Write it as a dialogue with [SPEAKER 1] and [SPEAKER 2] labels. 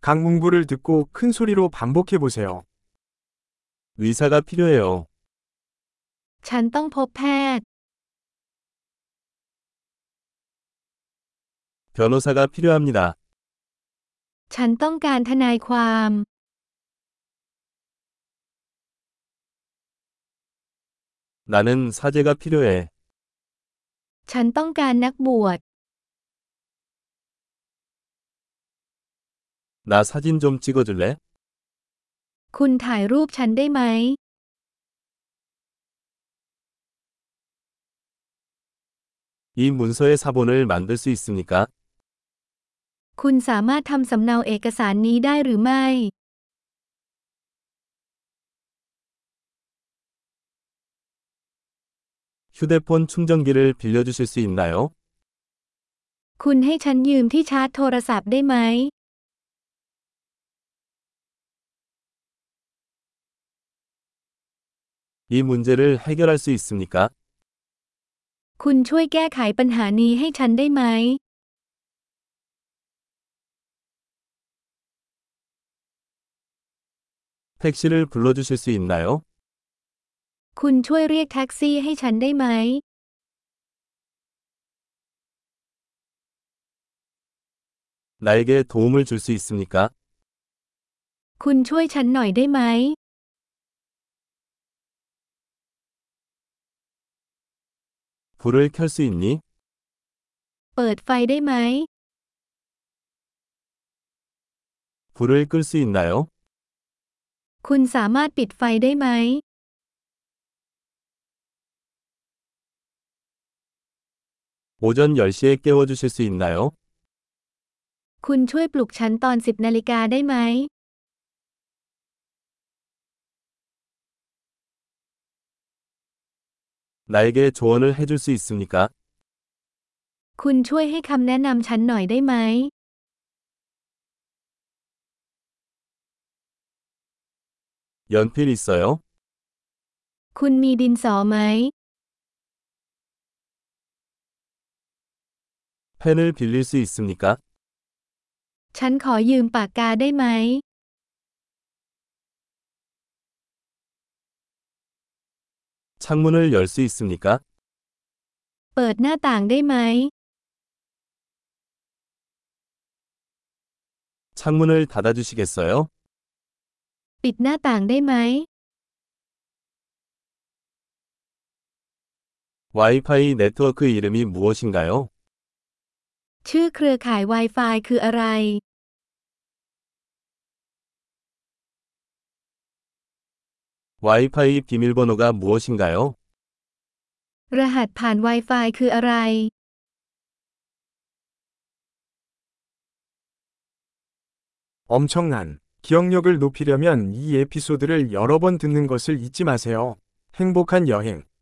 [SPEAKER 1] 각 문구를 듣고 큰 소리로 반복해 보세요.
[SPEAKER 2] 의사가 필요해요.
[SPEAKER 3] ฉันต้องพบแพทย์
[SPEAKER 2] 변호사가 필요합니다.
[SPEAKER 3] ฉันต้องการทนายความ
[SPEAKER 2] 나는 사제가 필요해.
[SPEAKER 3] ฉันต้องการนักบวช
[SPEAKER 2] 나 사진 좀 찍어줄래?
[SPEAKER 3] คุณถ่ายรูปฉันได้ไหม
[SPEAKER 2] 이 문서의 사본을 만들 수 있습니까?
[SPEAKER 3] คุณสามารถทำสำเนาเอกสารนี้ได้หรือไม่
[SPEAKER 2] 휴대폰 충전기를 빌려주실 수 있나요?
[SPEAKER 3] คุณให้ฉันยืมที่ชาร์จโทรศัพท์ได้ไหม
[SPEAKER 2] 이 문제를 해결할 수 있습니까?
[SPEAKER 3] คุณช่วยแก้ไขปัญหานี้ให้ฉันได้ไหม
[SPEAKER 2] 택시를 불러주실 수 있나요?
[SPEAKER 3] คุณช่วยเรียกแท็กซี่ให้ฉันได้ไหม
[SPEAKER 2] 나에게 도움을 줄 수 있습니까?
[SPEAKER 3] คุณช่วยฉันหน่อยได้ไหม
[SPEAKER 2] 불을 켤 수 있니?
[SPEAKER 3] เปิดไฟได้ไหม
[SPEAKER 2] 불을 끌 수 있나요?
[SPEAKER 3] คุณสามารถปิดไฟได้ไหม
[SPEAKER 2] 오전 10시에 깨워주실 수 있나요?
[SPEAKER 3] คุณช่วยปลุกฉันตอน 10นาฬิกาได้ไหม
[SPEAKER 2] 나에게 조언을 해줄 수 있습니까?
[SPEAKER 3] คุณช่วยให้คำแนะนำฉันหน่อยได้ไหม
[SPEAKER 2] 연필 있어요?
[SPEAKER 3] คุณมีดินสอไหม
[SPEAKER 2] 펜을 빌릴 수 있습니까?
[SPEAKER 3] ฉันขอยืมปากกาได้ไหม
[SPEAKER 2] 창문을 열 수 있습니까?
[SPEAKER 3] เปิดหน้าต่างได้ไหม
[SPEAKER 2] 창문을 닫아주시겠어요?
[SPEAKER 3] ปิดหน้าต่างได้ไหม
[SPEAKER 2] 와이파이 네트워크 이름이 무엇인가요?
[SPEAKER 3] ชื่อเครือข่าย Wi-Fi คืออะไร
[SPEAKER 2] 와이파이 비밀번호가 무엇인가요?
[SPEAKER 3] รหัสผ่าน Wi-Fi คืออะไร
[SPEAKER 1] 엄청난 기억력을 높이려면 이 에피소드를 여러 번 듣는 것을 잊지 마세요. 행복한 여행.